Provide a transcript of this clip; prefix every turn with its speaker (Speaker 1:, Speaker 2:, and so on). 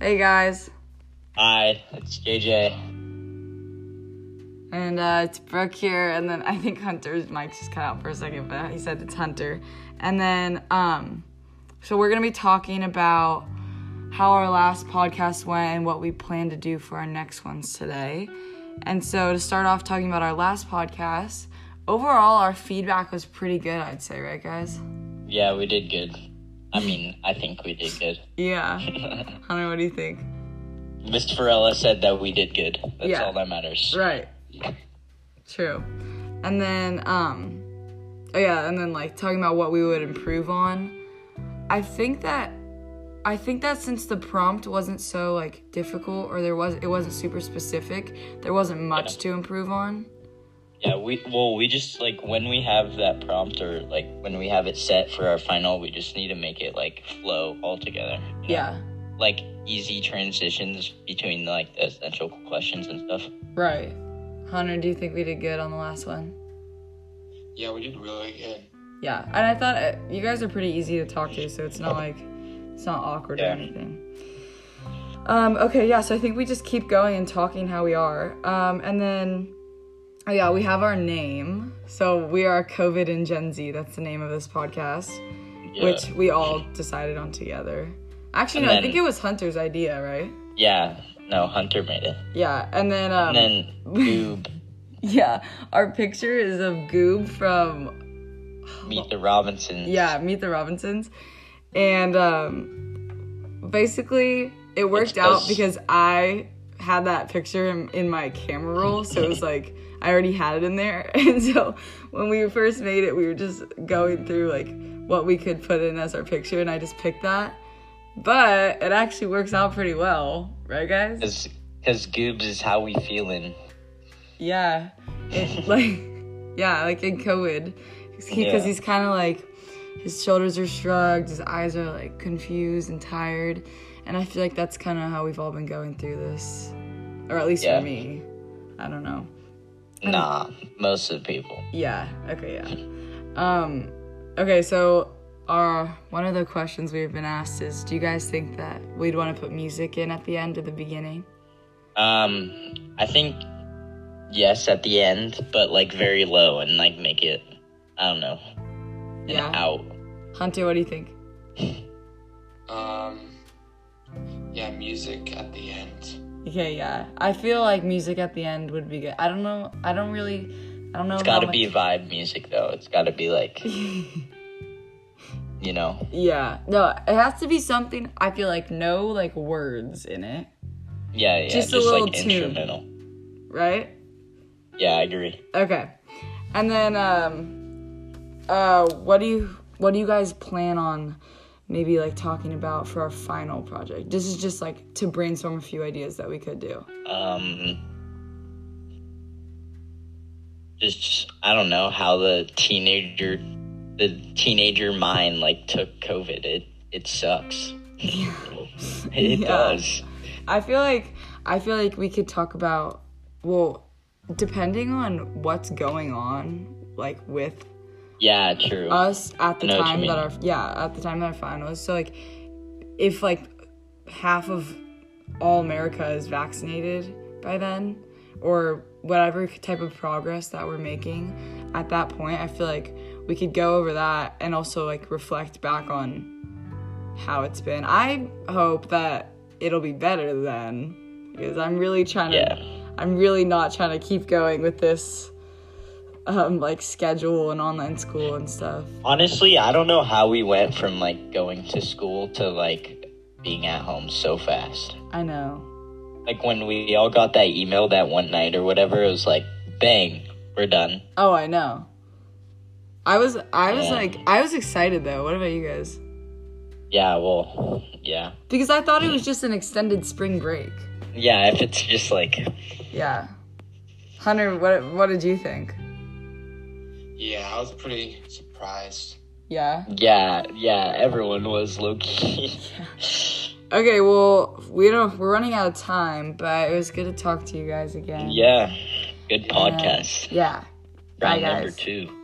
Speaker 1: Hey guys,
Speaker 2: Hi, it's JJ.
Speaker 1: and uh, it's Brooke here, and then I think Hunter's mic just cut out for a second, but he said it's Hunter, and then um, so we're gonna be talking about how our last podcast went and what we plan to do for our next ones today. And so to start off talking about our last podcast, overall our feedback was pretty good, I'd say, right, guys?
Speaker 2: Yeah, we did good. I mean, I think we did good.
Speaker 1: Yeah. Hunter, what do you think?
Speaker 2: Miss Farella said that we did good. That's
Speaker 1: Yeah.
Speaker 2: all that matters.
Speaker 1: Right. True. And then um oh yeah, and then like talking about what we would improve on. I think that I think that since the prompt wasn't so like difficult or there was it wasn't super specific, there wasn't much to improve on.
Speaker 2: Yeah, we well, we just like when we have that prompt or like when we have it set for our final, we just need to make it like flow all together. you know?
Speaker 1: Yeah.
Speaker 2: Like easy transitions between like the essential questions and stuff.
Speaker 1: Right. Hunter, do you think we did good on the last one?
Speaker 3: Yeah, we did really good.
Speaker 1: Yeah, and I thought uh, you guys are pretty easy to talk to, so it's not like it's not awkward or
Speaker 2: Yeah.
Speaker 1: anything. Um, okay, yeah, so I think we just keep going and talking how we are. Um, and then, oh yeah, we have our name. So we are COVID and Gen Z. That's the name of this podcast,
Speaker 2: Yeah.
Speaker 1: which we all decided on together. Actually,
Speaker 2: And
Speaker 1: no, I
Speaker 2: then-
Speaker 1: think it was Hunter's idea, right?
Speaker 2: Yeah. No, Hunter made it.
Speaker 1: Yeah, and then, um,
Speaker 2: And then Goob,
Speaker 1: yeah, our picture is of Goob from
Speaker 2: Meet the Robinsons.
Speaker 1: Yeah, Meet the Robinsons. And um basically it worked
Speaker 2: It's
Speaker 1: out
Speaker 2: us.
Speaker 1: because I had that picture in, in my camera roll, so it was like I already had it in there. And so when we first made it, we were just going through like what we could put in as our picture and I just picked that. But it actually works out pretty well, right guys?
Speaker 2: Cause, Cause Goobs is how we feeling.
Speaker 1: Yeah. It, like, yeah, like in COVID. Because
Speaker 2: Yeah.
Speaker 1: he's kind of like, his shoulders are shrugged, his eyes are like confused and tired. And I feel like that's kind of how we've all been going through this. Or at least
Speaker 2: Yeah.
Speaker 1: for me. I don't know.
Speaker 2: Nah, most of the people.
Speaker 1: Yeah. Okay, yeah. Um, okay, so our one of the questions we've been asked is do you guys think that we'd want to put music in at the end or the beginning?
Speaker 2: Um, I think yes at the end, but like very low and like make it, I don't know, an
Speaker 1: Yeah.
Speaker 2: out.
Speaker 1: Hunter, what do you think?
Speaker 3: Um, yeah, music at the end.
Speaker 1: Okay, yeah. I feel like music at the end would be good. I don't know. I don't really. I don't know.
Speaker 2: It's gotta be vibe music though. It's gotta be like, you know,
Speaker 1: Yeah. No, it has to be something. I feel like no like words in it,
Speaker 2: yeah, yeah,
Speaker 1: Just
Speaker 2: just,
Speaker 1: a little
Speaker 2: like
Speaker 1: tune.
Speaker 2: instrumental.
Speaker 1: right?
Speaker 2: Yeah, I agree.
Speaker 1: Okay. And then um, uh, what do you what do you guys plan on? Maybe like talking about for our final project. This is just like to brainstorm a few ideas that we could do.
Speaker 2: Um, just I don't know how the teenager, the teenager mind like took COVID. It it sucks. it
Speaker 1: Yeah.
Speaker 2: does.
Speaker 1: I feel like I feel like we could talk about well, depending on what's going on, like with
Speaker 2: Yeah, true.
Speaker 1: us at the
Speaker 2: know what you
Speaker 1: time that
Speaker 2: mean.
Speaker 1: our yeah at the time that our final is so like if like half of all america is vaccinated by then or whatever type of progress that we're making at that point i feel like we could go over that and also like reflect back on how it's been i hope that it'll be better then because i'm really trying to
Speaker 2: Yeah.
Speaker 1: i'm really not trying to keep going with this um like schedule and online school and stuff
Speaker 2: Honestly, I don't know how we went from like going to school to like being at home so fast.
Speaker 1: I know.
Speaker 2: Like when we all got that email that one night or whatever, it was like, bang, we're done.
Speaker 1: Oh, I know. I was I was
Speaker 2: Yeah.
Speaker 1: like I was excited though. What about you guys?
Speaker 2: Yeah, well, yeah,
Speaker 1: Because I thought it was just an extended spring break.
Speaker 2: yeah. If it's just like
Speaker 1: Yeah. Hunter, what what did you think?
Speaker 3: Yeah, I was pretty surprised.
Speaker 1: Yeah.
Speaker 2: Yeah, yeah, everyone was low key.
Speaker 1: Okay, well, we don't we're running out of time, but it was good to talk to you guys again.
Speaker 2: yeah, good
Speaker 1: And-
Speaker 2: podcast.
Speaker 1: Yeah. Bye,
Speaker 2: Round number
Speaker 1: guys.
Speaker 2: two.